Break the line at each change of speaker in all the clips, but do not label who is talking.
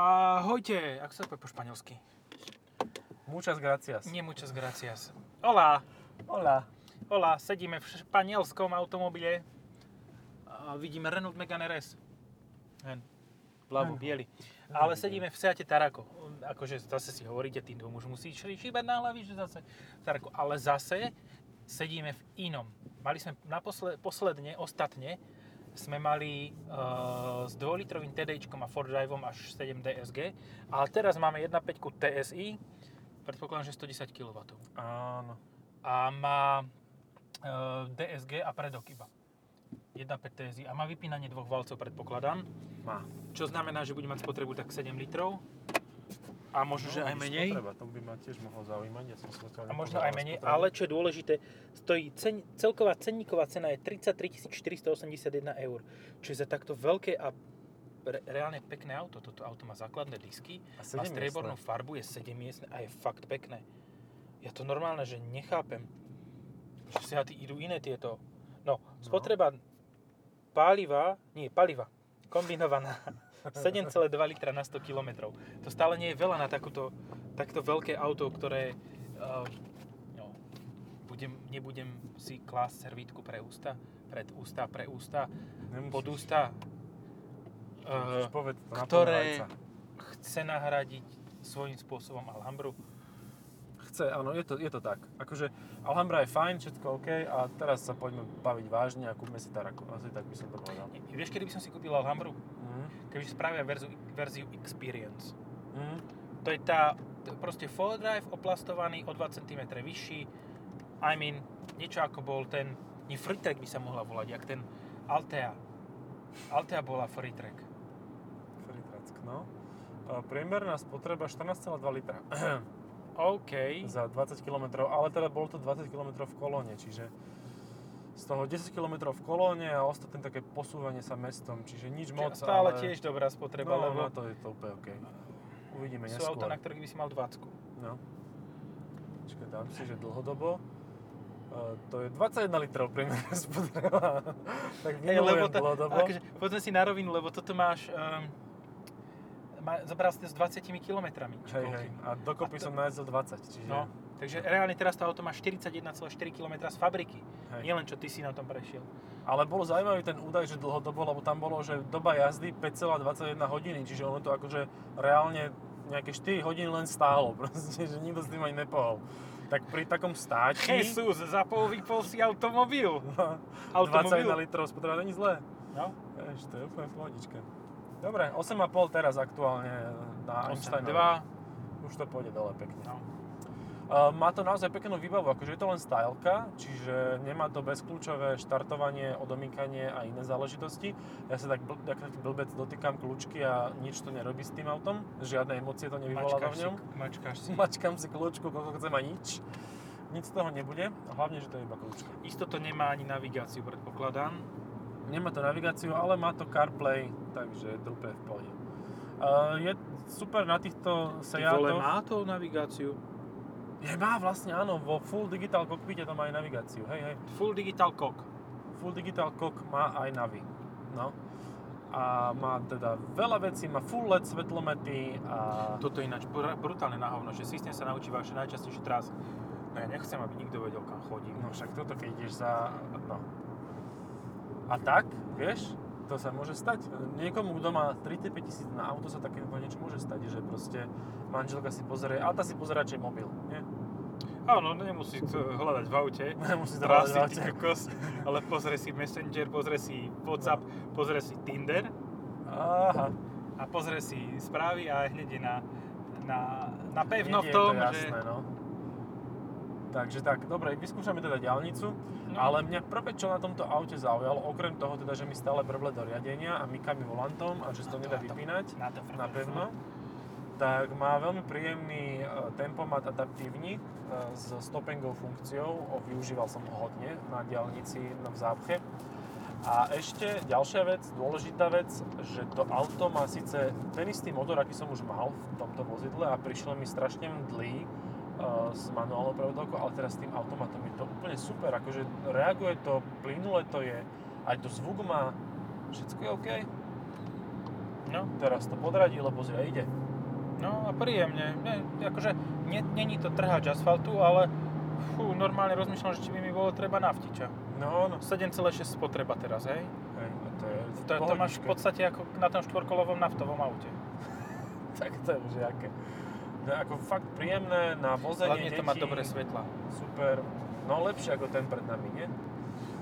Ahojte, ako sa to povie po španielsky?
Muchas gracias.
Nie muchas gracias. Hola,
Hola.
hola, sedíme v španielskom automobile. A vidíme Renault Megane RS. Hen,
Blavo.
blavo, biely. Ale sedíme v Seate Tarako. Akože zase si hovoríte, tým tomu už musí šri- šíbať na hlavy, že zase v Tarako. Ale zase sedíme v inom. Mali sme naposled, posledne, ostatne, sme mali uh, s 2-litrovým TDIčkom a Ford Driveom až 7 DSG, ale teraz máme 1.5 TSI, predpokladám, že 110 kW
Áno.
a má e, DSG a predok iba. 1.5 TSI a má vypínanie dvoch valcov predpokladám,
Má.
čo znamená, že bude mať spotrebu tak 7 litrov a možno, že No, aj menej.
Spotreba, No, to by ma tiež mohlo zaujímať. Ja som si
A
zatiaľ
možno
nepozeral
aj
na
menej,
spotrebu.
ale čo je dôležité, stojí cen, celková cenníková cena je 33 481 eur, čo je za takto veľké a re, reálne pekné auto. Toto auto má základné disky, má
A sedemmiestne.
striebornú farbu, je 7 miestne a je fakt pekné. Ja to normálne, že nechápem, že si idú iné tieto. No, spotreba paliva, nie, paliva, kombinovaná 7,2 litra na 100 km. To stále nie je veľa na takúto, takto veľké auto, ktoré uh, no, budem, nebudem si klásť servítku pre ústa, pred ústa, pre ústa,
Nemusíš.
pod ústa.
Musíš
Uh,
povedať to na
ktoré-
plné vajca.
chce nahradiť svojím spôsobom Alhambru.
Chce, áno, je to, je to tak. Akože Alhambra je fajn, všetko OK a teraz sa poďme baviť vážne a kúpme si Taraku. Asi tak by som to povedal.
Vieš, kedy by som si kúpil Alhambru?
Mhm.
Keby spravia verziu, verziu Experience.
Mhm.
To je tá t- proste four drive oplastovaný o 2 cm vyšší. I mean, niečo ako bol ten, nie free track by sa mohla volať, jak ten Altea. Altea bola free track.
Fritrack, no. A Priemerná spotreba 14,2 litra
OK.
za 20 km, ale teda bolo to 20 km v kolóne, čiže z toho 10 km v kolóne a ostatné také posúvanie sa mestom, čiže nič moc,
Stále
ale...
tiež dobrá spotreba,
no,
lebo
na to je to úplne OK. Uvidíme
sú
neskôr.
auta, na ktorých by si mal 20.
No. Počkaj, dám si, že dlhodobo. E, to je 21 litrov priemerná spotreba. tak
Hej, lebo
vynulujem
to,
dlhodobo.
akože, poďme si na rovinu, lebo toto máš, um, má, zobral si to s 20 kilometrami. či
Hej, hej.
koľkými.
A dokopy
A to-
som nájsol 20, čiže...
No, takže reálne teraz to auto má 41,4 km z fabriky.
Hej.
Nielen čo ty si na tom prešiel.
Ale bol zaujímavý ten údaj, že dlhodobo, lebo tam bolo, že doba jazdy 5,21 hodiny, čiže ono to akože reálne nejaké 4 hodiny len stálo, proste, že nikto s tým ani nepohol. Tak pri takom stáči
Jesus, zapol si automobil.
21
Automobil.
litrov spotreba není zlé.
No,
Vieš, to je úplne v pohodičke. Dobre, 8,5 teraz aktuálne na
8,
Einsteinovi.
2.
Už to pôjde dole pekne.
No.
Uh, má to naozaj peknú výbavu, akože je to len stylka, čiže nemá to bezkľúčové štartovanie, odomýkanie a iné záležitosti. Ja sa tak bl- tak taký blbec dotýkam kľúčky a nič to nerobí s tým autom, žiadne emócie to nevyvoláva
Mačkáš
v
si,
ňom.
mačkáš si.
Mačkám si kľúčku, koľko chcem a nič. Nic z toho nebude, a hlavne, že to je iba kľúčka.
Isto to nemá ani navigáciu, predpokladám.
Nemá to navigáciu, ale má to CarPlay, takže je to úplne v pohode. Uh, je super na týchto
Ty vole,
Seatoch.
má to navigáciu.
Je má vlastne, áno, vo full digital cockpite to má aj navigáciu, hej, hej.
Full digital kok.
Full Digital Cock má aj Navi. No. A má teda veľa vecí, má full LED svetlomety a...
Toto je ináč br- brutálne na hovno, že systém sa naučí vaše najčastejšie trasy. No ja nechcem, aby nikto vedel, kam chodím.
No však toto, keď ideš za... No. A tak, vieš, to sa môže stať. Niekomu, kto má 35 tisíc na auto, sa takéto niečo môže stať, že proste manželka si pozrie, a tá si pozerá, či je mobil, nie?
Áno, nemusí to hľadať v aute.
Nemusí to
Trasy,
hľadať v
ty
aute.
kokos, ale pozrie si Messenger, pozrie si WhatsApp, pozrie si Tinder
Aha.
a pozrie si správy a hneď je na, na, na pevno v
Niekde je
tom,
to jasné,
že...
no. Takže tak, dobre, vyskúšame teda diálnicu,
No.
ale mňa prvé, čo na tomto aute zaujalo, okrem toho teda, že mi stále brble do riadenia a mykami volantom a že sa to
No to
nedá
na to-
vypínať
Na to
na pevno, tak má veľmi príjemný e, tempomat adaptívny e, s stopengovou funkciou, o, využíval som ho hodne na diálnici na v zápche. A ešte ďalšia vec, dôležitá vec, že to auto má síce ten istý motor, aký som už mal v tomto vozidle a prišiel mi strašne mdlý e, s manuálnou prevodovkou, ale teraz s tým automatom je to úplne super, akože reaguje to, plynule to je, aj to zvuk má, všetko je OK.
No.
Teraz to podradilo, pozri, a ide.
No a príjemne. Ne, akože ne- není to trhač asfaltu, ale fú, normálne rozmýšľam, že či by mi bolo treba naftiča.
No, no.
7,6 spotreba teraz, hej?
Hej, no to je
To, to máš v
pohodička.
podstate ako na tom štvorkolovom naftovom aute.
Tak to je už jaké. To je ako fakt príjemné na vozenie
Hlavne to
detí.
má dobré svetla.
Super. No lepšie ako ten pred nami, nie?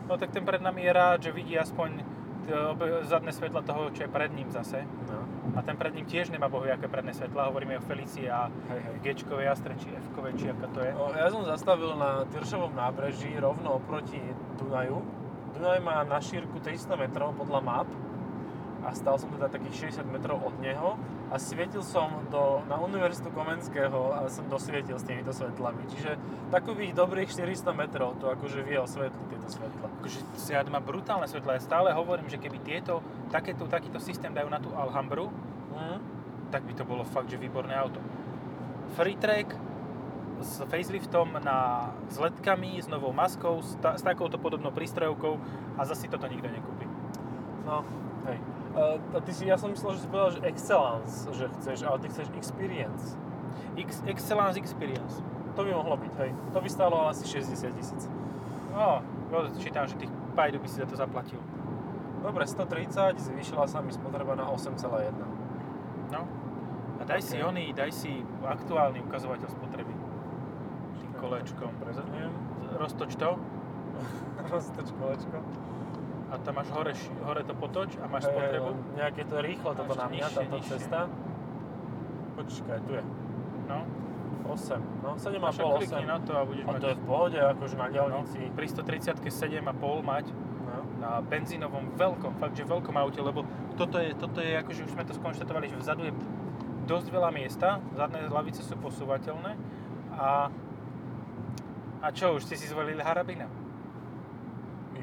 No tak ten pred nami je rád, že vidí aspoň t- obe- zadné svetla toho, čo je pred ním zase.
No.
A ten pred ním tiež nemá bohujaké predné svetla, hovoríme o Felicii a
Hej, hej.
G-čkovej Astre, či F-kovej, či aká to je.
No, ja som zastavil na Tyršovom nábreží rovno oproti Dunaju. Dunaj má na šírku 300 metrov podľa map a stal som teda takých 60 metrov od neho a svietil som do, na Univerzitu Komenského a som dosvietil s týmito svetlami. Čiže takových dobrých 400 metrov to akože vie osvetliť tieto svetla.
Akože Seat má brutálne svetla. Ja stále hovorím, že keby tieto, takéto, takýto systém dajú na tú Alhambru,
Mm.
tak by to bolo fakt, že výborné auto. Free track s faceliftom na, s letkami, s novou maskou, s, ta, s takouto podobnou prístrojovkou a zase si toto nikto nekúpi.
No, hej. Uh, a ty si, ja som myslel, že si povedal, že excellence, že chceš, ale ty chceš experience.
X, Excellence Experience.
To by mohlo byť, hej. To by stálo asi 60 tisíc.
No, no, čítam, že tých pajdu by si za to zaplatil.
Dobre, 130, zvýšila sa mi spotreba na 8,1.
No. A daj si
Ok.
oný, daj si aktuálny ukazovateľ spotreby. Tým kolečkom. Prez-
Neviem,
Roztoč to
roztoč kolečko.
a tam máš hore, ši- hore to potoč a máš
Hej,
spotrebu.
len Nejak je to rýchlo toto
Ešte
na mňa,
nižšie,
táto
nižšie.
cesta. Počkaj, tu je.
No.
8, no
A však
7,5,
klikni
8.
na to a budeš
A
mať...
to je v pohode, akože na
no,
diaľnici.
pri 130 7,5 mať
No.
na benzínovom veľkom, fakt, že veľkom aute, lebo toto je, toto je, akože už sme to skonštatovali, že vzadu je dosť veľa miesta, zadné lavice sú posúvateľné a, a čo, už ste si zvolili Harabina?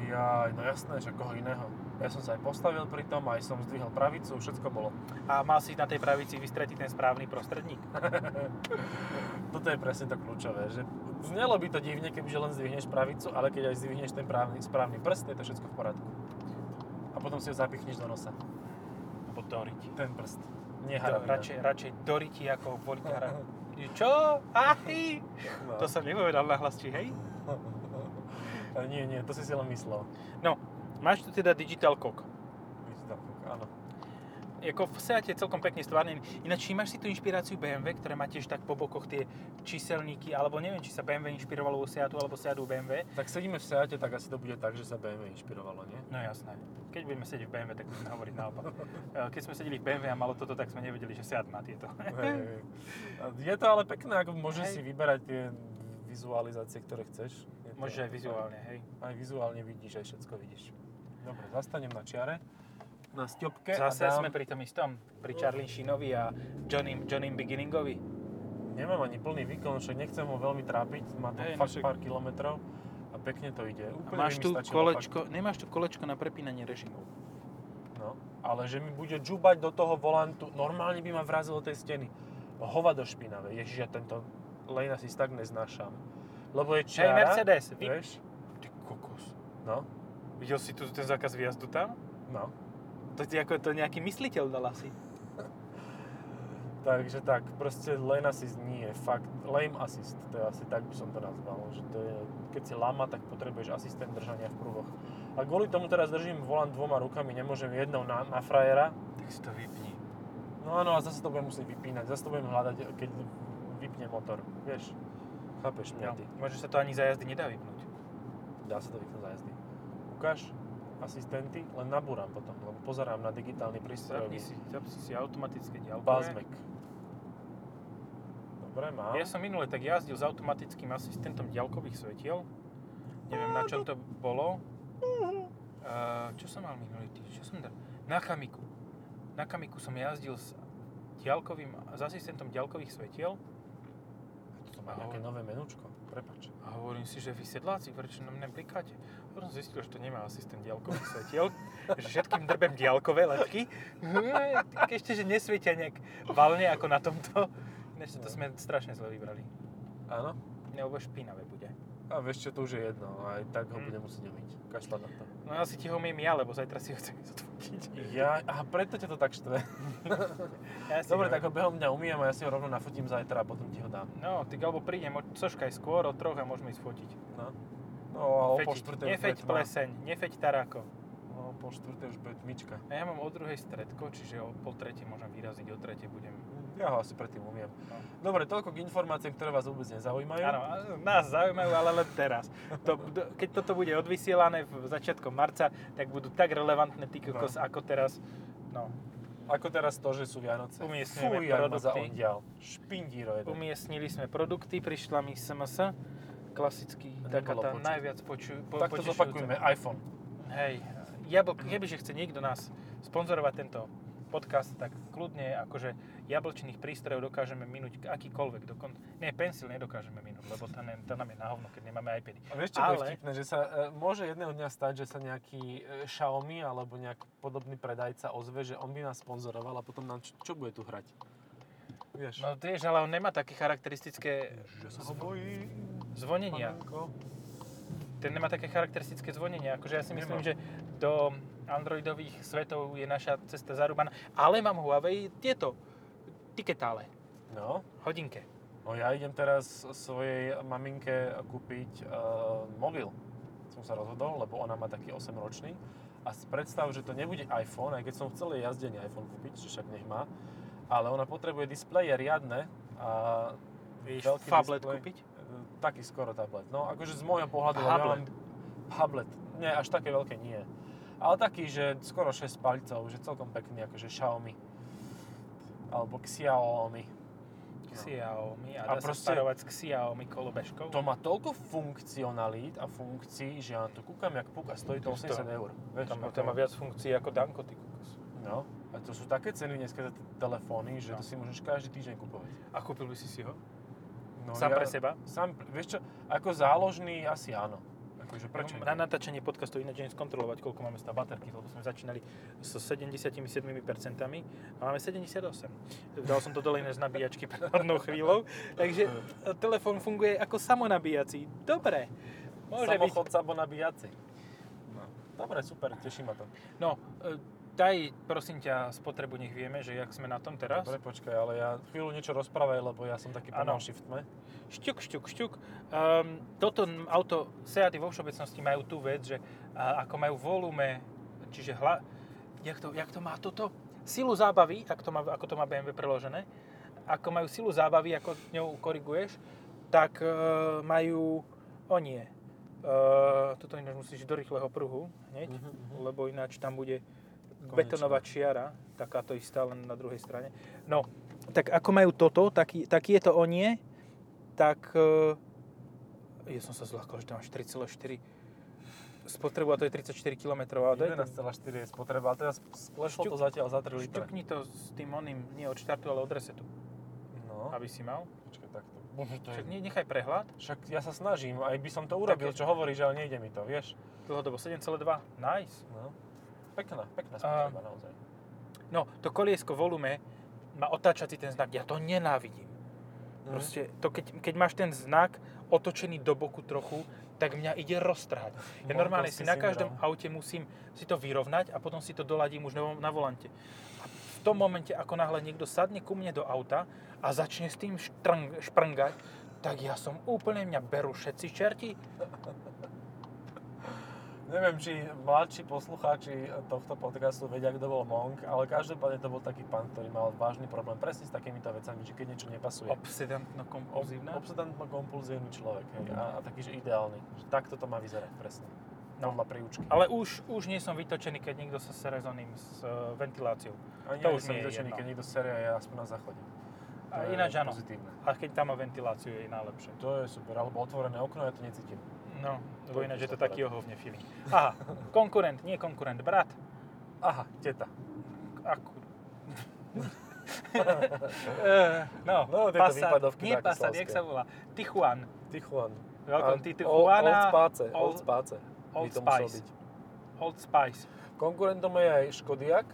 Jaj, no jasné, že koho iného. Ja som sa aj postavil pri tom, aj som zdvihol pravicu, všetko bolo.
A mal si na tej pravici vystretiť ten správny prostredník.
Toto je presne to kľúčové, že znelo by to divne, kebyže len zdvihneš pravicu, ale keď aj zdvihneš ten právny, správny prst, je to všetko v poriadku. A potom si ho zapichneš do nosa.
Alebo doriti.
Ten prst. Nie
Do,
haravina.
radšej, radšej doriti ako voliť harabinu. Čo? Ahy!
No.
To som nepovedal na hlasti, hej?
nie, nie, to si si len myslel.
No, máš tu teda Digital Cock.
Vidíš tam, Áno.
Ako v Seate je celkom pekne stvárnený. Ináč, máš si tú inšpiráciu BMW, ktoré má tiež tak po bokoch tie číselníky, alebo neviem, či sa BMW inšpirovalo u Seatu, alebo Seatu BMW.
Tak sedíme v Seate, tak asi to bude tak, že sa BMW inšpirovalo, nie?
No jasné. Keď budeme sedieť v BMW, tak budeme hovoriť naopak. E, Keď sme sedeli v BMW a malo toto, tak sme nevedeli, že Seat má tieto.
Hej. A Je to ale pekné, ako môžeš
Hej.
si vyberať tie vizualizácie, ktoré chceš. Je to-
Môže aj vizuálne, hej.
Aj vizuálne vidíš, aj všetko vidíš. Dobre, zastanem na čiare. Na stiopke
Zase
a
sme
dám...
pri tom istom, pri Charlie Sheenovi a Johnny, Johnny Beginningovi.
Nemám ani plný výkon, však nechcem ho veľmi trápiť. Má to
Hej, no
fakt
však-
pár kilometrov a pekne to ide.
A
Úplne
máš
by mi
tu
stačilo
kolečko, nemáš tu kolečko na prepínanie režimov.
Fakt, no. Ale že mi bude džubať do toho volantu, normálne by ma vrazilo tej steny. Hovado špinavé, ježiš, ja tento lane asi tak neznášam. Lebo je
Hej,
čiara,
Mercedes, vy...
vieš?
Ty kokos.
No,
Videl si tu ten zákaz výjazdu tam?
no.
To ti ako to nejaký mysliteľ dal asi.
Takže tak, proste lane assist nie je fakt. Lame assist, to je asi tak by som to nazval. Že to je, keď si lama, tak potrebuješ asistent držania v pruhoch. A kvôli tomu teraz držím volant dvoma rukami, nemôžem jednou na, na frajera.
Tak si to vypni.
No áno, a zase to budem musieť vypínať, zase to budem hľadať, keď vypne motor, vieš. Chápeš mňa
No,
ty?
možno sa to ani za jazdy nedá vypnúť.
Dá sa to vypnúť za jazdy. Ukáž, asistenty, len nabúram potom, lebo pozerám na digitálny prístroj.
Zapni si, zapni si automatické diálkové.
Bazmek. Dobre, mám.
Ja som minule tak jazdil s automatickým asistentom diaľkových svetiel. Neviem, na čom to bolo. Uh, čo som mal minulý týždeň? Čo som dal? Na Kamiku. Na Kamiku som jazdil s, diaľkovým, s asistentom diaľkových svetiel
To má nejaké nové menučko, prepač.
a hovorím si, že vy sedláci, prečo na mňa blikáte? Potom som zistil, že to nemá asistent diaľkových svetiel, že všetkým drbem diaľkové letky. Ešte, že nesvietia nejak valne ako
No.
na tomto. Ináč to sme strašne zle vybrali.
Áno,
Nebo špinavé bude.
A vieš čo, to už je jedno, aj tak ho
Mm.
budem musieť umyť. Kašľa na to.
No asi ti ho umiem ja, lebo zajtra si ho chcem ísť odfotiť.
Ja, a preto ťa to tak štve.
Ja si
Dobre,
ho-
tak ho behom mňa umýjem a ja si ho rovno nafotím zajtra a potom ti ho dám.
No, tak alebo prídem, o- soškaj skôr, o troch a môžeme ísť fotiť.
No. No a o
Fetiť.
po štvrtej už
Nefeď
bude tma.
pleseň, nefeď taráko.
No, o po štvrtej už bude tmička.
A ja mám o druhej stredko, čiže o pol tretie môžem vyraziť, o tretie budem.
Mm, Ja ho asi predtým umiem.
No.
Dobre, toľko k informáciám, ktoré vás vôbec nezaujímajú.
Áno, a nás zaujímajú, ale len teraz. To, do- keď toto bude odvysielané v začiatkom marca, tak budú tak relevantné ty kokos, ako teraz. No,
Ako teraz to, že sú Vianoce.
Umiestňujeme
Fuj, jak ma
produkty.
zaondial. Špindíro jeden.
umiestnili sme produkty, prišla mi SMS, klasický,
Nebolo
taká tá
počuť.
najviac poču, po,
tak to
potešujúca.
zopakujme, iPhone.
Hej, jablk, kebyže chce niekto nás sponzorovať tento podcast, tak kľudne akože jablčných prístrojov dokážeme minúť akýkoľvek. Dokon... Nie, pensil nedokážeme minúť, lebo ten, je- ten nám je na hovno, keď nemáme iPady.
A vieš, čo Ale... je
Ale-
vtipné, že sa e, môže jedného dňa stať, že sa nejaký e, Xiaomi alebo nejak podobný predajca ozve, že on by nás sponzoroval a potom nám čo, čo bude tu hrať? Vieš?
No vieš, ale on nemá také charakteristické
že sa ho bojím.
zvonenia.
panenko.
Ten nemá také charakteristické zvonenia. Akože ja si myslím,
Nemá.
že do androidových svetov je naša cesta zarúbaná. Ale mám Huawei tieto tiketále,
No,
hodinke.
no ja idem teraz svojej maminke kúpiť uh, mobil. Som sa rozhodol, lebo ona má taký 8-ročný. A si predstav, že to nebude iPhone, aj keď som chcel jej jazdenie iPhone kúpiť, čo však nech má. Ale ona potrebuje displeje riadne a
Vieš,
Veľký
phablet
displej.
kúpiť?
E, Taký skoro tablet. No akože z môjho pohľadu...
Phablet.
Ja mám- Phablet. Nie, až také veľké nie. Ale taký, že skoro 6 palcov, že celkom pekný, akože Xiaomi. Alebo Xiaomi.
Xiaomi
A
No. a, dá
proste-
sa sparovať s Xiaomi kolobežkou.
To má toľko funkcionalít a funkcií, že ja na to kúkam jak puk a stojí to
Už to-
80 eur. Vieš,
Tam,
ako-
tam má viac funkcií ako Danko, ty kokos.
No. A to sú také ceny dneska za tie telefóny, že
No.
to si môžeš každý týždeň kupovať.
A kúpil by si si ho?
No,
Sám pre seba?
Sám, pre- vieš čo, ako záložný asi áno. Akože
Prečo?
prečo nie?
Na natáčanie podcastu ináč idem skontrolovať, koľko máme z baterky, lebo sme začínali so 77% a máme 78. Dal som to dole iné z nabíjačky pred hodnou chvíľou, takže e, telefón funguje ako samonabíjací. Dobre. Môže byť.
Samochod sabonabíjaci. No. Dobre, super, teší ma to.
No, e, daj prosím ťa spotrebu, nech vieme, že jak sme na tom teraz.
Dobre, počkaj, ale ja chvíľu niečo rozprávaj, lebo ja som taký
Áno.
pomal shiftme.
šťuk, šťuk, šťuk. Um, toto n- auto, Seaty vo všeobecnosti majú tú vec, že a, ako majú volume, čiže hla, jak to, jak to má toto? Silu zábavy, ak to má, ako to má BMW preložené, ako majú silu zábavy, ako ňou koriguješ, tak e, majú, o nie, e, toto ináč musíš do rýchleho pruhu hneď,
Mhm, mhm.
lebo ináč tam bude
Konečná.
betonová čiara, takáto istá, len na druhej strane. No, tak ako majú toto, taký, taký je to o nie, tak e, ja som sa zľakol, že tam máš 4,4 spotrebu a to je 34 km. A to je
11,4 je spotreba, ale teraz sklešlo to
Šťuk-
zatiaľ za 3 litre.
šťukni to s tým oným, nie od štartu, ale od resetu,
No,
aby si mal.
počkaj, takto.
Však ne- nechaj prehľad,
Však ja sa snažím, aj by som to urobil,
Také-
čo hovoríš, ale nejde mi to, vieš.
dlhodobo 7,2, nice.
No. Pekná, pekná spotreba naozaj.
No, to koliesko volume má otáčací ten znak, ja to nenávidím.
Mm. No.
Proste to, keď, keď máš ten znak otočený do boku trochu, tak mňa ide roztrhať. Ja
Morkovský
normálne si na každom
syndrom.
aute musím si to vyrovnať a potom si to doladím už na- na volante. A v tom momente, ako náhle niekto sadne ku mne do auta a začne s tým štrng, šprngať, tak ja som úplne, mňa berú všetci čerti.
Neviem, či mladší poslucháči tohto podcastu vedia, kto bol Monk, ale každopádne to bol taký pán, ktorý mal vážny problém presne s takýmito vecami, že keď niečo nepasuje.
Obsedantno kompulzívne.
Obsedantno-kompulzívny človek, hej, a, a taký, že ideálny. Že takto to má vyzerať presne. No. Podľa príučky.
Ale už, už nie som vytočený, keď niekto sa sere s oným, s e, ventiláciou.
Ani
to
ja
už
som
nie je
vytočený,
jedno.
keď niekto serie a ja aspoň na záchode. To
A
je
ináč áno.
Pozitívne.
A keď tam má ventiláciu, je najlepšie.
To je super, alebo otvorené okno, ja to necítim.
No, lebo
To
ináč je
tiež
to
tak
taký ohovne feeling. Aha, konkurent, nie konkurent, brat.
Aha, teta.
Akú... Eh, no,
No, tieto výpadovky
nie
také
Passat,
slavské.
jak sa volá? Tichuan.
Tichuan.
Welcome to
A- Old- Old
Tichuana,
Space, Old
Old-
Space. by
Old
to musel
Spice.
byť.
Old Spice.
Konkurentom je aj Škodiak,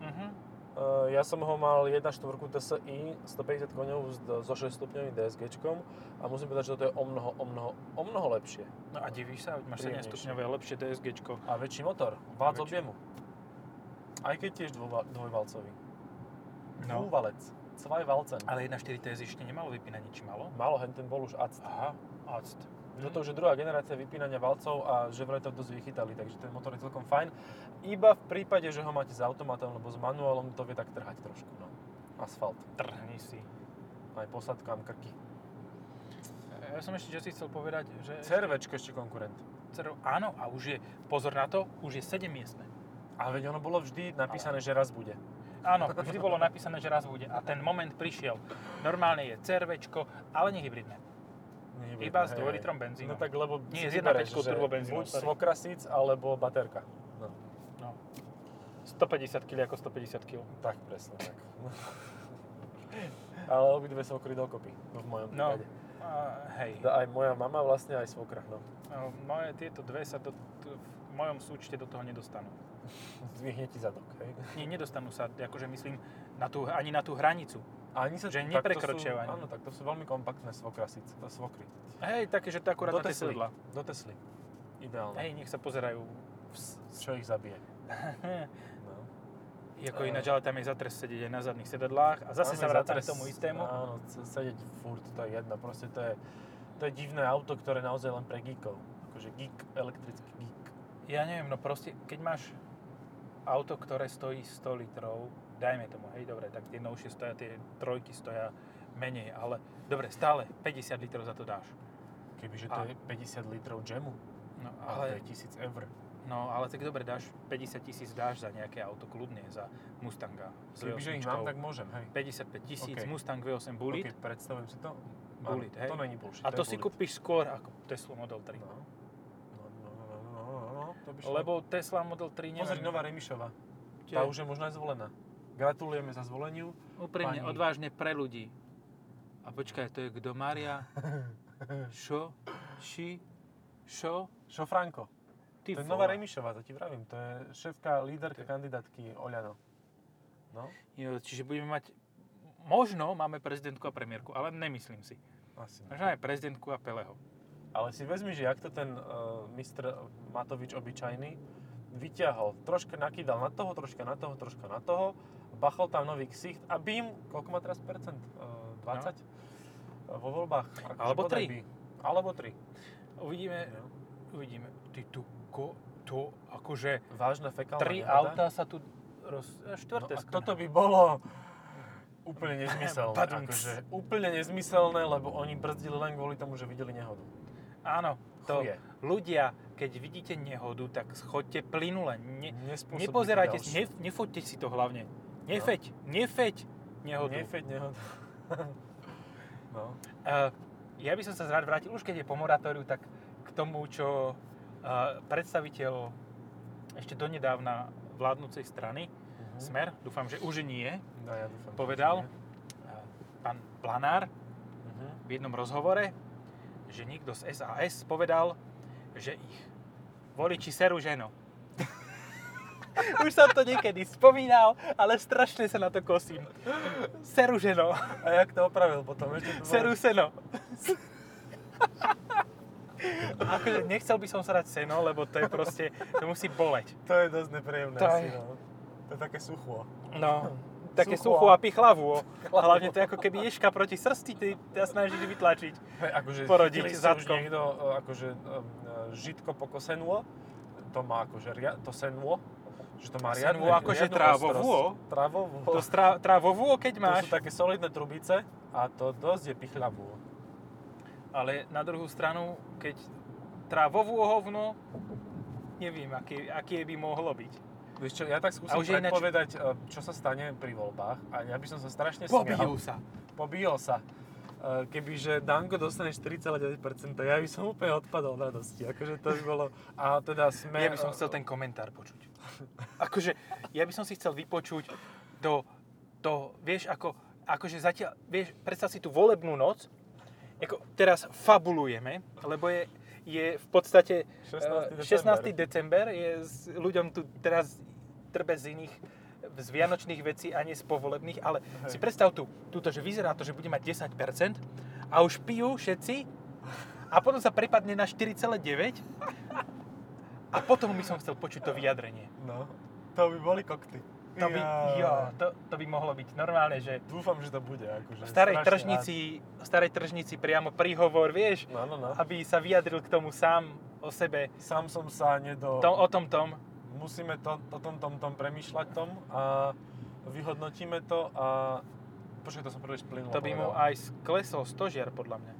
Mhm.
a E, Ja som ho mal 1.4 TSI 150 koňov s- so 6-stupňovým DSGčkom a musím povedať, že toto je o mnoho, o mnoho, o mnoho lepšie.
No a divíš sa, veď máš 7
Príjemnejšie.
stupňové, lepšie DSGčko.
A väčší motor, vác
Väčší.
objemu. Aj keď tiež dvova- dvojvalcový.
No.
Dvúvalec, cvajvalcen.
Ale 1.4 TS ešte nemalo vypínanie, či malo?
Malo, hen ten bol už ACT.
Aha, acd.
Toto už je druhá generácia vypínania valcov a že vraj to dosť vychytali, takže ten motor je celkom fajn. Iba v prípade, že ho máte s automatom, lebo s manuálom to vie tak trhať trošku, no. Asfalt,
Trhni si.
aj posadkám krky.
Ja som ešte časí chcel povedať, že...
Cervečko ešte konkurent.
Cerv- Áno, a už je, pozor na to, už je 7 miestne.
Ale veď ono bolo vždy napísané, že raz bude.
Áno, vždy bolo napísané, že raz bude. A ten moment prišiel. Normálne je CRVčko, ale nie hybridné.
Nie,
Iba
bude,
s
hej, hej.
2-litrom benzínom.
No tak lebo
Nie, s 1,5
si vybereš, že
turbobenzínom,
Buď
sorry.
smokrasic, alebo baterka. No,
150 kg ako 150 kg.
tak presne tak. Ale obidve svokry dokopy, v mojom
No,
prípade.
a, hej.
Teda Aj moja mama vlastne, aj svokra, no.
No, Moje tieto dve sa do, t- v mojom súčte do toho nedostanú.
Zdvihne ti zadok, hej.
Nie, nedostanú sa, akože myslím, na tú, ani na tú hranicu.
A ani sa
Že
tak to
neprekročia
sú-
ani.
Áno, tak to sú veľmi kompaktné svokrasice, to svokry.
Hej, také, že to akurát
Do
na tie
Tesly.
sedla.
Do Tesly. Ideálne.
Hej, nech sa pozerajú.
Vs- Čo ich zabije. No.
Jako
Eh.
ináč, ale tam je zatres sedieť aj na zadných sedadlách a zase
Máme
sa vrátame
zatres-
k tomu istému.
Áno, c- sedieť furt, to je jedna. Proste to je, to je divné auto, ktoré naozaj len pre geekov. Akože geek, elektrický geek.
Ja neviem, no proste, keď máš auto, ktoré stojí 100 litrov, dajme tomu, hej, dobre, tak tie novšie stoja, tie trojky stoja menej, ale dobre, stále 50 litrov za to dáš.
Kebyže
to
to
je
je 50 litrov džemu,
No
ale to
ale,
je 1000 eur.
no, ale tak dobre, dáš 50 tisíc dáš za nejaké auto kľudne, za Mustanga s
Kebyže ich mám, tak môžem, hej.
55 tisíc,
OK.
Mustang V8 Bullet
Okay, predstavujem si to.
Bullet, hej.
To není bullshit,
a to si
je Bullet.
kúpiš skôr ako Tesla Model 3.
No. No, no, no, no, no, no, no, to by šlo.
Lebo Tesla Model 3 neviem,
Pozri, nová Remišová.
tie-
Tá už je možno aj zvolená. Gratulujeme za zvoleniu.
Úprimne,
Pani-
odvážne pre ľudí. A počkaj, to je kto Maria? Šo? Ši? Šo?
Šofranko.
Ty
to je
vole.
nová Remišová, to ti vravím. To je šéfka, líderka kandidátky Oľano. No,
Jo, Čiže budeme mať... Možno máme prezidentku a premiérku, ale nemyslím si.
asi ne.
Možno aj prezidentku a Peleho.
Ale si vezmi, že jak to ten uh, mistr Matovič obyčajný vyťahol. Troška nakýdal na toho, troška na toho, troška na toho. Bachol tam nový ksicht a bim, koľko má teraz percent? Uh, 20? No. Vo voľbách. Akože
Alebo
bodaj
tri.
by. Alebo 3.
Uvidíme,
No.
uvidíme. Ty tu ko, to akože...
Vážna fekálna
Tri
nehoda.
auta sa tu roz... a Štvrté
No, a
skoro.
toto by bolo úplne nezmyselné.
Badum.
akože, úplne nezmyselné, lebo oni brzdili len kvôli tomu, že videli nehodu.
Áno, to...
Chuje.
Ľudia, keď vidíte nehodu, tak chodte plynule. Ne,
Nespôsobíte
Nepozerajte,
ďalšiu.
si, ne, nefoďte si to hlavne. Nefeď, nefeď nehodu.
No. Nefeď nehodu. no.
Uh, ja by som sa rád vrátil, už keď je po moratóriu, tak k tomu, čo uh, predstaviteľ ešte donedávna vládnúcej strany,
Mhm.
Smer, dúfam, že už nie,
No, ja dúfam, že
povedal
nie.
uh, pán Planár
Mhm.
v jednom rozhovore, že niekto z SAS povedal, že ich voliči serú ženo. Už som to niekedy spomínal, ale strašne sa na to kosím. Seru ženo,
A jak to opravil potom? Ešte to
seru seno. Akože nechcel by som sa dať seno, lebo to je proste, to musí boleť.
To je dosť nepríjemné.
To
asi,
je-
no. to je také suchlo.
No, také
Sucho.
sucho a pichlavú. Hlavne to je ako keby ješka proti srsti, ty ťa snažíš vytlačiť.
Hej, akože
Porodiť
chytili si
zadkom.
Už niekto, e, akože um, žitko pokosenuo, to má akože ria, to senuo, že to má riadne,
Senuo akože
riadnu
trávovú?
ostrosť. Trávovú.
To strá, trávovú, keď
to
máš.
sú také solidné trubice a to dosť je pichľavú.
Ale na druhú stranu, keď trávovú hovno, neviem, aké, aké by mohlo byť.
Vieš čo, ja tak skúsim
A už je ináč-
predpovedať, e, čo sa stane pri voľbách a ja by som sa strašne smial.
Pobijú sa.
Pobijú sa. E, Kebyže Danko dostane 4,9%, ja by som úplne odpadol na radosti. Akože to by bolo... A teda sme...
Ja by som chcel ten komentár počuť. Akože, ja by som si chcel vypočuť to, to vieš, ako, akože zatiaľ, vieš, predstav si tú volebnú noc, ako teraz fabulujeme, lebo je, je v podstate eh,
16.
16. december, je s, ľuďom tu teraz trbe z iných z vianočných vecí ani z povolebných, ale
Hej.
si predstav tu, túto, že vyzerá to, že bude mať 10% a už pijú všetci a potom sa prepadne na 4,9 a potom by som chcel počuť to vyjadrenie.
No, to by boli kokty.
To by,
Jaj.
jo, to, to by mohlo byť normálne, že
Dúfam, že to bude. Akože,
v starej
strašne
tržnici, v starej tržnici priamo príhovor, vieš,
rád. No, no, no.
aby sa vyjadril k tomu sám o sebe,
Sám som sa nedo...
tom, o tom tom.
Musíme to, o tom, tom, tom premýšľať tom a vyhodnotíme to a... Počkaj, to som príliš plynulo
To by mu
No, povedal.
aj sklesol stožiar, podľa mňa.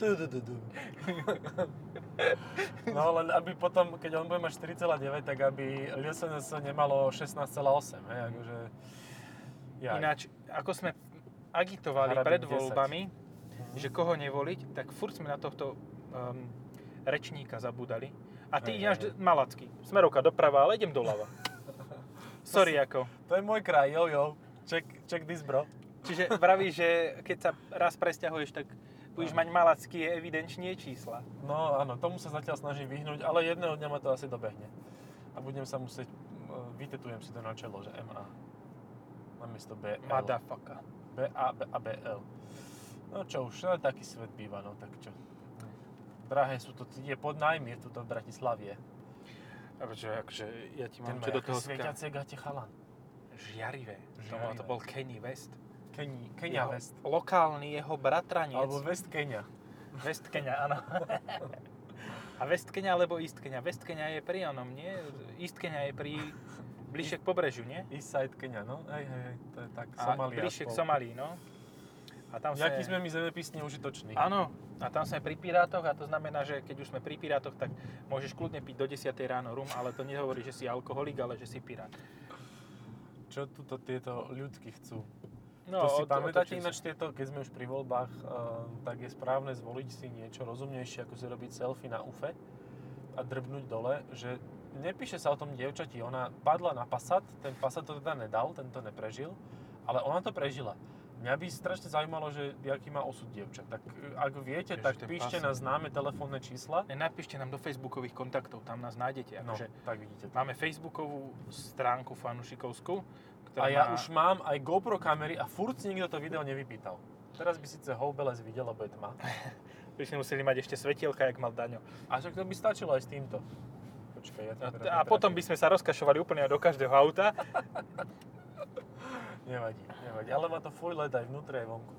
Du, du, du, du. No len aby potom, keď on bude mať 4,9, tak aby LSNS nemalo 16,8, hej, akože... Jaj.
Ináč, ako sme agitovali
Harabin
pred
10.
voľbami,
Mhm.
že koho nevoliť, tak furt sme na tohto um, rečníka zabudali. A ty
Hej,
ináč
hej, hej.
malacky. Smerovka doprava, ale idem doľava. Sorry ako.
To je môj kraj, jo, jo. Check, check this, bro.
Čiže vravíš, že keď sa raz presťahuješ, tak budeš
Áno.
mať malacky je evidenčne čísla.
No áno, tomu sa zatiaľ snažím vyhnúť, ale jedného dňa ma to asi dobehne. A budem sa musieť, e, vytetujem si to na čelo, že MA. Namiesto BL.
Madafaka.
B, A, B, A, B, L. No čo už, ale taký svet býva, no tak čo. Drahé sú to tie podnajmy tu v Bratislavie.
Akože, ja ti
Ten má do toho svietiace gate chalan.
Žiarivé. To,
Žiarivé.
to bol Kenny West.
Keni, Kenia
Jeho
West.
Lokálny jeho bratranec.
Alebo West Kenia.
Vestkenia, áno. A vestkenia alebo istkenia? Vestkenia je pri onom, nie? Istkenia je pri... bližšie k pobrežiu, nie?
Eastside Kenia, no. Hej, hej, hej, to je tak
A
Somalia.
bližšie k
spol-
Somalii, no. A tam sa...
Jaký sme my zemepisne užitoční.
Áno, a tam sme pri pirátoch a to znamená, že keď už sme pri pirátoch, tak môžeš kľudne piť do 10 ráno rum, ale to nehovorí, že si alkoholik, ale že si pirát.
Čo tuto tieto ľudky chcú?
No,
to si
od-
pamätáte
otočí sa.
ináč tieto, keď sme už pri voľbách, ehm, tak je správne zvoliť si niečo rozumnejšie, ako si robiť selfie na ufe a drbnúť dole, že nepíše sa o tom dievčati, ona padla na Passat, ten Passat to teda nedal, ten to neprežil, ale ona to prežila. Mňa by strašne zaujímalo, že jaký má osud dievča. Tak e, ak viete,
Ježiš,
tak
ten
píšte
Passat.
na známe telefónne čísla.
Ne, Napíšte nám do facebookových kontaktov, tam nás nájdete.
No,
Akože
tak vidíte.
Máme facebookovú stránku fanušikovskú, ktorá
A ja
teda má...
už mám aj GoPro kamery a furt si nikto to video nevypýtal. Teraz by síce houbelec videl, lebo je tma.
by sme museli mať ešte svetielka, jak mal Daňo.
A však to by stačilo aj s týmto. Počkaj, ja No to
A,
teraz
No, a potom by
netrafím.
sme sa rozkašovali úplne do každého auta.
Nevadí, nevadí. Ale má to full LED aj vnútri, aj vonku.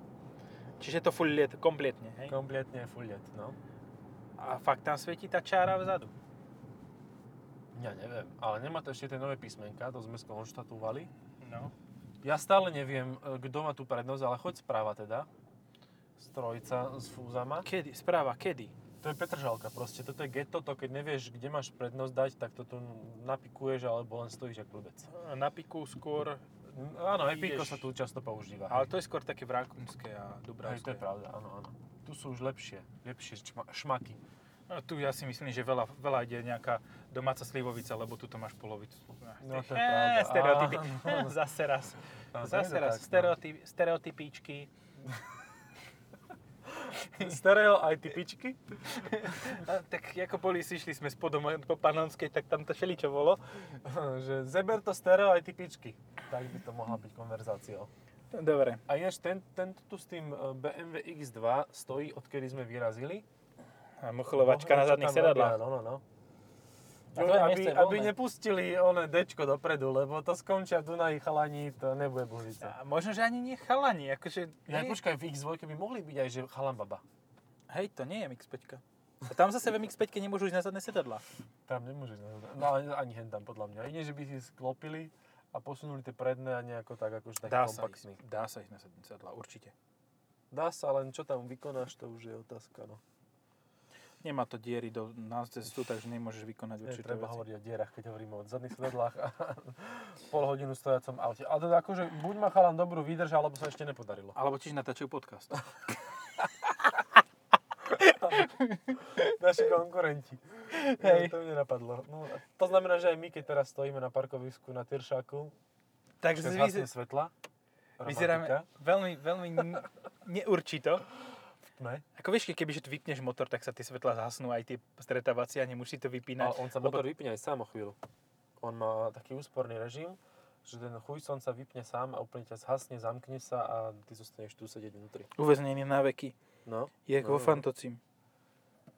Čiže to full liet, kompletne. Hej?
Kompletne full LED, no.
A fakt tam svieti tá čára vzadu.
Ja neviem, ale nemá to ešte tie nové písmenka, to sme skonštatovali.
No.
Ja stále neviem, e, kto má tu prednosť, ale choď správa teda. Strojca s fúzama.
Kedy? Správa, kedy?
To je Petržalka proste, toto je geto, to keď nevieš, kde máš prednosť dať, tak to tu napikuješ alebo len stojíš ako blbec.
Na piku skôr,
N- Áno, epiko
Ideš.
sa tu často používa.
ale to je skôr také vrakumské a
Hej, to
dubravské.
je pravda, áno, áno. Tu sú už lepšie, lepšie čma- šmaky.
No, tu ja si myslím, že veľa, veľa ide nejaká domáca slivovica, lebo tu to máš polovicu.
No, to je
Eh,
pravda.
stereotypy.
Áno.
Zase raz.
Áno,
Zase
je to
raz.
tak, no.
Stereotyp, stereotypíčky.
Stereo aj typičky?
A, tak ako boli, si išli sme spodom po Panonskej, tak tam to všeličo bolo.
že zeber to stereo aj typičky. Tak by to mohla byť konverzácia.
Dobre.
A ináč ten, tento tu s tým e, BMW X2 stojí, odkedy sme vyrazili.
A mochlovačka na
Bohvie, čo
zadných
tam robia,
sedadlách.
No, no, no.
A to je
Čo, aby,
miesto je
aby
voľné.
nepustili one dečko dopredu, lebo to skončia v Dunaji chalani, to nebude bohvica.
A možno, že ani nie chalani, akože...
Ja
hej,
počkaj, v X2 by mohli byť aj, že chalan baba.
hej, to nie je MX-5. A tam zase v MX-5 nemôžu ísť na zadné sedadla.
Tam nemôžeš. nazvať. No ani, ani hen tam podľa mňa. Ide, že by si sklopili a posunuli tie predné a nejako tak akože tak kompaktný.
ísť, dá sa ísť na zadné sedadla, určite.
Dá sa, len čo tam vykonáš, to už je otázka. No.
Nemá to diery do na cestu, takže nemôžeš vykonať
Nie,
určité
Hm, treba
veci.
hovoriť o dierach, keď hovoríme o zadných sedadlách a pol hodinu stojacom aute. Ale teda akože buď ma chalan dobrú výdrž, alebo sa ešte nepodarilo.
Alebo tiež natáčajú podcast.
Naši konkurenti.
Hej.
Hej. To mi nenapadlo. No, a to znamená, že aj my, keď teraz stojíme na parkovisku na Tyršáku,
takže
keď
si
zhasne
vyzer-
svetla,
vyzeráme
romantika
veľmi, veľmi n- neurčito.
v tme,
Ako vieš, keď- kebyže tu vypneš motor, tak sa tie svetla zhasnú aj tie stretávacie a nemusí to vypínať.
Ale on sa
lebo-
motor vypne aj sám o chvíľu. On má taký úsporný režim že ten chuj slnca vypne sám a úplne ťa zhasne, zamkne sa a ty zostaneš tu sedieť vnútri.
Uväznený na veky.
No.
Je
No,
ako vo
no.
fantocim.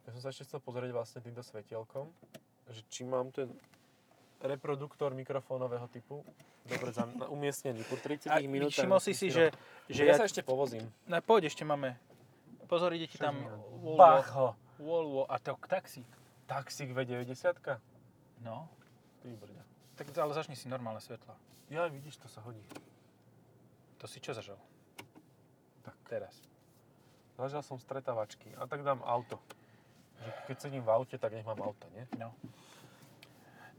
Ja som sa ešte chcel pozrieť vlastne týmto svetielkom, že či mám ten reproduktor mikrofónového typu dobre zam- na- umiestnený po 30
A
minútach.
všimol si si, že, že
že
ja...
ja, sa ešte povozím.
No poď, ešte máme. Pozor, ide ti tam Volvo,
Bach ho!
Volvo a to taxík.
Taxík V90? Ty
No.
brďa.
Tak ale začni si normálne svetla.
Ja vidíš, to sa hodí.
To si čo zažal?
Tak.
Teraz.
Zažal som stretávačky a tak dám auto. Že keď sedím v aute, tak nech mám auto, nie?
No.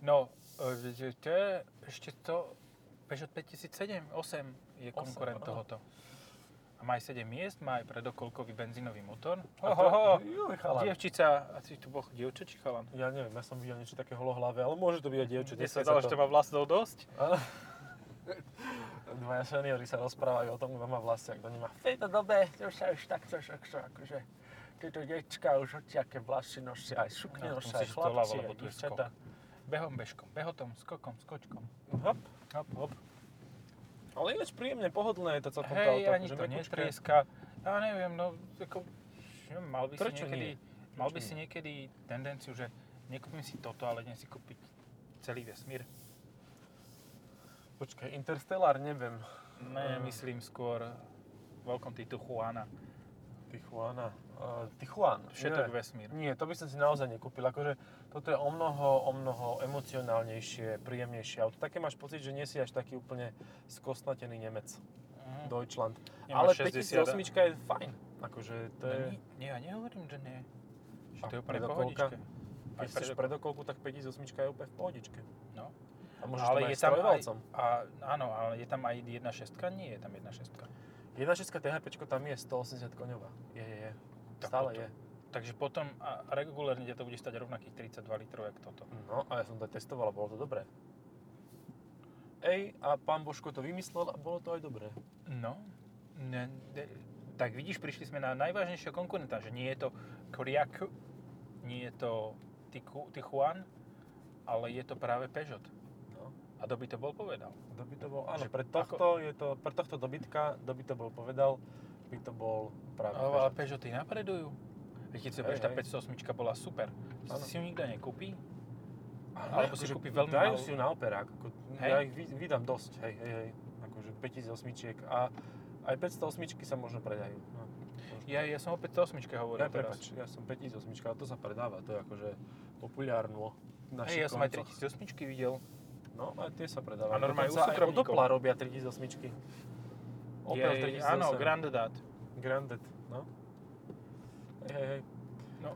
No, e, že to je ešte to, Peugeot 5007, 8 je konkurent
áno.
tohoto. A má aj 7 miest, má aj predokolkový benzínový motor. Ho,
A to-
ho, ho.
Juj, chalán.
Dievčica, a si tu boh, dievča či chalan?
Ja neviem, ja som videl niečo také holohlavé, ale môže to byť aj dievča.
Kde sa
dneska
dalo, že to má vlastnou dosť?
Áno. Dvaja seniory sa rozprávajú o tom, kto má vlasy a kto nemá. V tejto dobe to sa už takto, že že akože tieto dečka už hociaké vlasy nosia, aj sukne
No, to
nosia, aj
musíš doľava,
chlapci,
lebo
aj
tu je
dievčatá.
Behom, bežkom, behotom, skokom, skočkom.
Hop.
Hop, hop.
Hm? Ale ináč príjemne, pohodlné je to celkom
Hej,
to auto.
ani
akože
to
mekučké.
netrieska. Ja neviem, no, ako, neviem, mal by si
Prečo
niekedy,
nie?
mal
Prečo
by si niekedy tendenciu, že nekúpim si toto, ale idem si kúpiť celý vesmír.
Počkaj, Interstellar, neviem.
Ne, Mm, myslím skôr v veľkom titu Juana,
Tijuana. Uh, Tijuan.
všetok
nie.
vesmír.
Nie, to by som si naozaj nekúpil. Akože toto je o mnoho, o mnoho emocionálnejšie, príjemnejšie auto. Také máš pocit, že nie si až taký úplne skosnatený Nemec.
Mhm.
Deutschland.
Nemáš
Ale
60.
5008 je fajn. Akože to
No
je...
nie, nie, ja nehovorím, že nie. Že
A
to je úplne
predokolka?
pohodičke.
Keď
Aj
chceš
predokolka.
predokolku, tak 5008 je úplne v pohodičke.
No.
A môžeš ale to je tam aj...
aj, a, áno, ale je tam aj 1.6, nie je tam 1.6.
1.6 THP tam je 180 koňová. Je, je, je.
Tak
Stále
potom-
je.
Takže potom a a regulérne ťa to bude stať rovnakých 32 litrov, jak toto.
No, a ja som to aj testoval a bolo to dobré. Ej, a pán Božko to vymyslel a bolo to aj dobré.
No, ne, ne, tak vidíš, prišli sme na najvážnejšieho konkurenta, že nie je to Kodiaq, nie je to Tiku- Tichuan, ale je to práve Peugeot.
No.
A to by to bol povedal.
To by to bol, áno,
Že
pre
ako-
tohto, je to, pre tohto dobytka, doby to bol povedal, by to bol práve
Ale No, ale
Peugeot.
Peugeoty napredujú. Veď keď si
Hej,
zoberieš, tá
hej.
508 bola super.
Áno.
Si ju nikto nekúpi?
Ale akože
Alebo si kúpi veľmi
dajú
malú.
si ju na operák. Ako,
Hej.
ja ich vy- vydám dosť, hej, hej, hej. Akože 5008 a aj 508 sa možno predajú. No, možno.
Ja, ja som o 508 hovoril
ja,
teraz.
prepač, ja som 5008, ale to sa predáva, to je akože populárno. v našich
Hej, ja som aj
koncoch.
3008 videl.
No, aj tie sa predávajú.
A normálne u
Dokonca aj
súkromníkov.
od Opla robia 3008. Opel
Jej,
3008.
áno, Grand Dad.
Grandet, no. Hej, hej, hej.
No.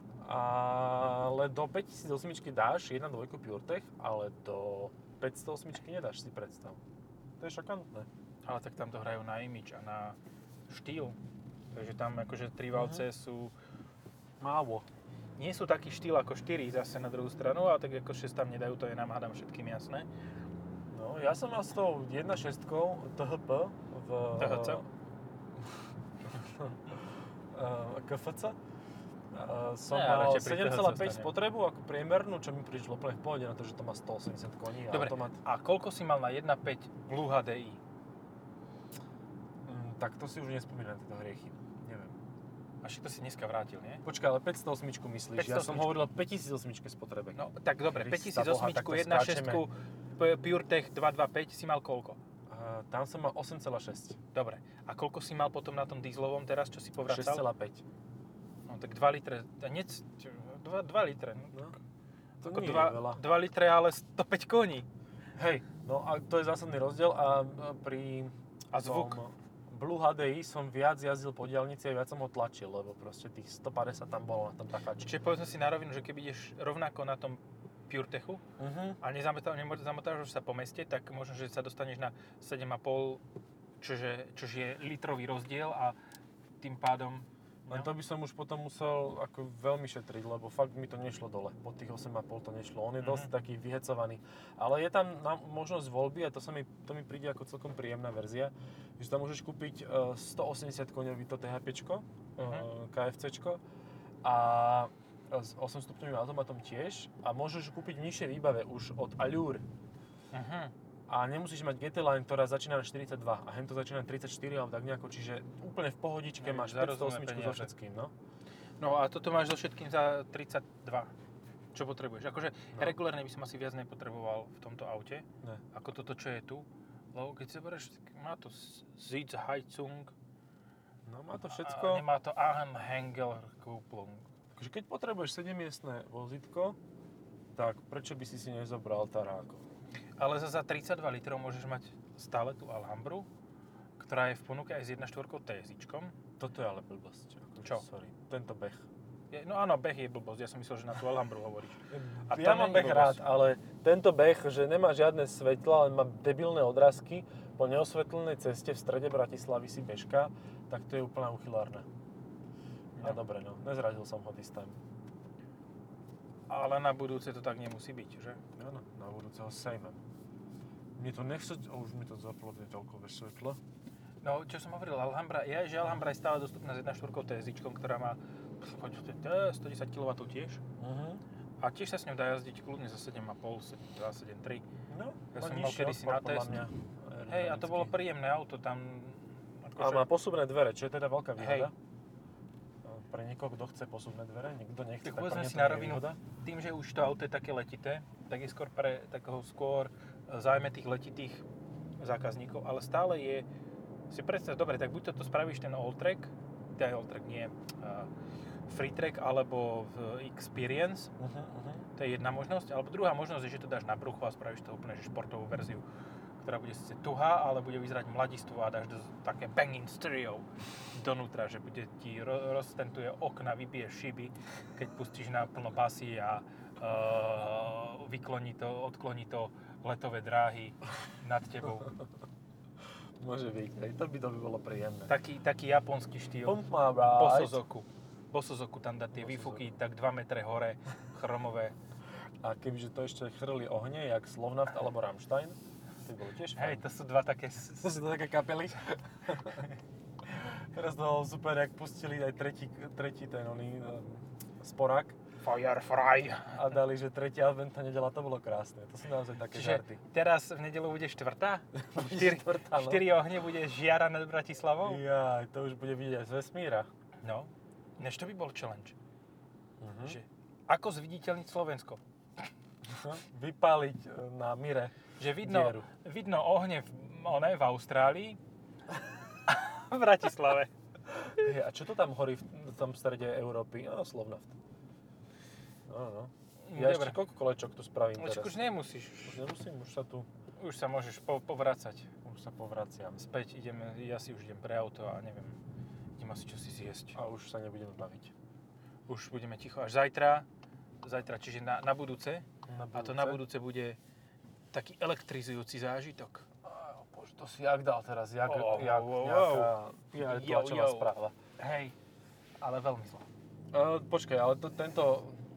Ale do 5008 dáš 1.2 PureTech, ale do 508 nedáš si predstav. To je šokantné.
Ale tak tam to hrajú na imič a na štýl. Takže tam akože tri
Mhm.
valce sú,
Málo.
nie sú taký štýl ako 4 zase na druhú stranu, ale tak ako 6 tam nedajú, to je nám hádam všetkým jasné.
No, ja som mal s tou 1.6 THP v...
THC?
Eh, KFC. Eh, som
Ne, ale
mal
tie pri THC
7,5
stane.
spotrebu ako priemernú, čo mi prišlo úplne v pohode na to, že to má 180 koní a
Dobre.
automat.
A koľko si mal na 1.5 Blue HDI?
Mm, tak to si už nespomínam, tieto hriechy. Neviem.
A však to si dneska vrátil, nie?
Počkaj, ale 508 myslíš? Ja som
508.
hovoril o 5008 spotrebe.
No tak dobre,
Krista Boha,
5008,
tak to
1.6,
skáčeme.
P- PureTech 225 si mal koľko?
Eh, tam som mal 8,6.
Dobre. A koľko si mal potom na tom dieslovom teraz, čo si povracal?
6,5.
No tak 2 litre, a nie, 2, 2 litre. No.
No. To
Ako
nie je veľa.
2, 2 litre, ale 105 koní.
Hej, no a to je zásadný rozdiel a e, pri
A zvuk?
tom Blue HDI som viac jazdil po diálnici a viac som ho tlačil, lebo proste tých 150 tam bolo na tom takáči.
Čiže povedzme si na rovinu, že keď ideš rovnako na tom PureTechu
Uh-huh.
a nezamotá- nemo- zamotáš sa po meste, tak možno, že sa dostaneš na 7,5, čože, čože je litrový rozdiel a tým pádom...
No.
no.
Len to by som už potom musel ako veľmi šetriť, lebo fakt mi to nešlo dole. Po tých 8,5 to nešlo. On je
Mhm.
dosť taký vyhecovaný. Ale je tam na, možnosť voľby a to, sa mi, to mi príde ako celkom príjemná verzia, že tam môžeš kúpiť e, 180 koňový to THP, e,
Mhm.
KFC a s 8 stupňovým automatom tiež a môžeš ju kúpiť v nižšej výbave už od Allure
Mhm.
a a nemusíš mať GT Line, ktorá začína na 42 a hento začína na 34 alebo tak nejako, čiže úplne v pohodičke
Hej,
máš
za rozumné
508 so
peniaze.
všetkým, no.
No a toto máš so všetkým za 32 čo potrebuješ. Akože
No.
no. regulárne by som asi viac nepotreboval v tomto aute,
Ne.
ako toto, čo je tu. Lebo keď si zoberieš, tak má to S- Sitzheizung,
No má to
a
všetko.
nemá to Ahemhängel Kupplung.
Akože keď potrebuješ 7 miestne vozítko, tak prečo by si si nezobral Taráko?
Ale za, za 32 litrov môžeš mať stále tú Alhambru, ktorá je v ponuke aj s 1.4 TSIčkom.
Toto je ale blbosť. Akože,
Čo?
Sorry. Tento beh.
Je, no áno, beh je blbosť, ja som myslel, že na tú Alhambru hovoríš. A
A Ehm, ja
to
mám
není
beh
blbosť.
rád, ale tento beh, že nemá žiadne svetla, len má debilné odrazky, po neosvetlenej ceste v strede Bratislavy si bežka, tak to je úplne uchylárne. No.
No.
A dobre, no, nezradil som ho this time.
Ale na budúce to tak nemusí byť, že?
Áno, na budúce ho sejmem. Mne to nechce, a už mi to zaplodne toľko bez svetla.
No, čo som hovoril, Alhambra, je, že Alhambra je stále dostupná s 1.4 TSIčkom, ktorá má pf, koľko to je, eh, 110 kW tiež.
Uh-huh.
A tiež sa s ňou dá jazdiť kľudne za 7,5, 7, 2, 7, 3.
No,
Ja
má
som mal
nižší
kedysi
odpor,
na
podľa
test.
mňa, eh,
Hej, a to bolo príjemné auto, tam... akože-
A má posuvné dvere, čo je teda veľká
Hej.
výhoda. No, Pre niekoho, kto chce posuvné dvere, niekto nechce,
Tak
pre
povedzme
mňa
si
to
na
nie je
rovinu,
výhoda.
tým, že už to auto je také letité, tak je skôr pre takého skôr e, zájme tých letitých zákazníkov, ale stále je, si predstav, dobre, tak buď toto spravíš ten old track, teda old track nie, uh, free track alebo v experience,
Uh-huh, uh-huh.
to je jedna možnosť, alebo druhá možnosť je, že to dáš na bruchu a spravíš to úplne že športovú verziu, ktorá bude síce tuhá, ale bude vyzerať mladistvo a dáš do také banging stereo donútra, že bude ti ro- roztentuje okna, vybije šiby, keď pustíš na plno basy a uh, vykloní to, odkloní to letové dráhy nad tebou.
Môže byť, hej, to by to by bolo príjemné.
Taký, taký japonský štýl.
Pump má rád.
Bosozoku. Bosozoku tam dá tie
Bosozoku.
výfuky tak 2 metre hore, chromové.
A kebyže to ešte chrli ohne, jak Slovnaft alebo Rammstein, to by bolo tiež
Hej,
fajn.
to sú dva také s-
to sú také kapely. Teraz to super, jak pustili aj tretí, tretí ten oný um, sporák
Firefly.
a dali, že tretí advent a nedela, to bolo krásne. To sú naozaj také
Čiže
žarty.
teraz v nedelu bude štvrtá? Štyri,
Štvrtá, no.
štyri ohne bude žiara nad Bratislavou?
Jaj, to už bude vidieť aj z vesmíra.
No. Než to by bol challenge.
Mhm.
Že ako zviditeľniť Slovensko?
Vypáliť e, na mire
Že vidno,
Dieru.
vidno ohne v, one, v Austrálii a v Bratislave.
Hej, a čo to tam horí v v tom strede Európy? No, Slovnaft. No, no.
Mm,
Ja Dobre. ešte koľko kolečok tu spravím
Už,
teraz?
už nemusíš.
Už nemusím, už sa tu,
Už sa môžeš po, povracať.
už sa povraciam.
Späť ideme, ja si už idem pre auto a neviem, idem asi čo si zjesť.
A už sa nebudem baviť.
Už budeme ticho až zajtra. Zajtra, čiže na, na budúce. A to na budúce bude taký elektrizujúci zážitok.
Á, Bože, to si jak dal teraz, jak,
Oh,
jak
wow,
nejaká ja,
Yo,
tlačová
yo.
správa.
Hej, ale veľmi zlo.
Uh, počkaj, ale to, tento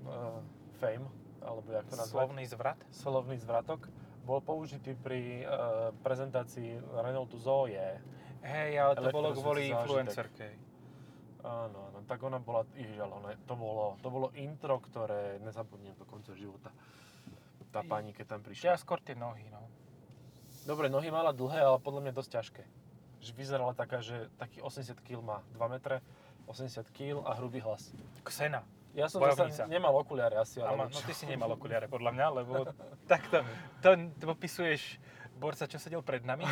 uh, fame, alebo jak to nazvať?
Slovný zvrat.
Slovný zvratok bol použitý pri uh, prezentácii Renaultu Zoe.
Hej, ale to bolo
Elektrozvrat
kvôli
zážitek.
influencerke.
Áno, áno, tak ona bola, ježiaľ, ona, to, bolo, to bolo intro, ktoré nezabudnem do konca života.
I-
Tá pani, keď tam prišla.
Ja skôr tie nohy, no.
Dobre, nohy mala dlhé, ale podľa mňa dosť ťažké. Že vyzerala taká, že taký 80 kg má, 2 metre, 80 kg a hrubý hlas.
Ksena.
Ja som
Bojovnica.
zase nemal okuliare asi,
A ma,
ale
no ty si nemal okuliare, podľa mňa, lebo takto to, to popisuješ borca, čo sedel pred nami.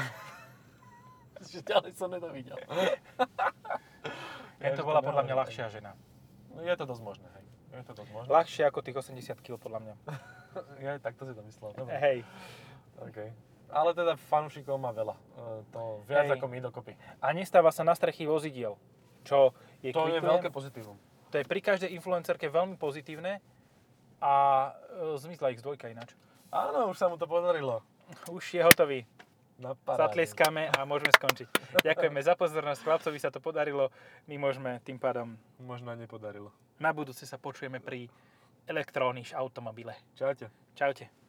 že ďalej som nedovidel.
Ja, to bola podľa mňa ľahšia žena.
No, je to dosť možné, hej. Je to dosť možné.
Ľahšia ako tých 80 kg, podľa mňa.
Ja aj takto si to myslel. Dobre.
Hej.
Okay. Ale teda fanúšikov má veľa. E, To viac
Hej.
ako my dokopy.
A nestáva sa na strechy vozidiel, čo je
To je
kvitujem-
veľké pozitívum.
To je pri každej influencerke veľmi pozitívne a e, zmizla X2 ináč.
Áno, už sa mu to podarilo.
Už je hotový.
Na paráde.
Zatleskáme a môžeme skončiť. Ďakujeme za pozornosť. Chlapcovi sa to podarilo. My môžeme tým pádom
Možno nepodarilo.
na budúce sa počujeme pri elektróniš automobile.
Čaute.
Čaute.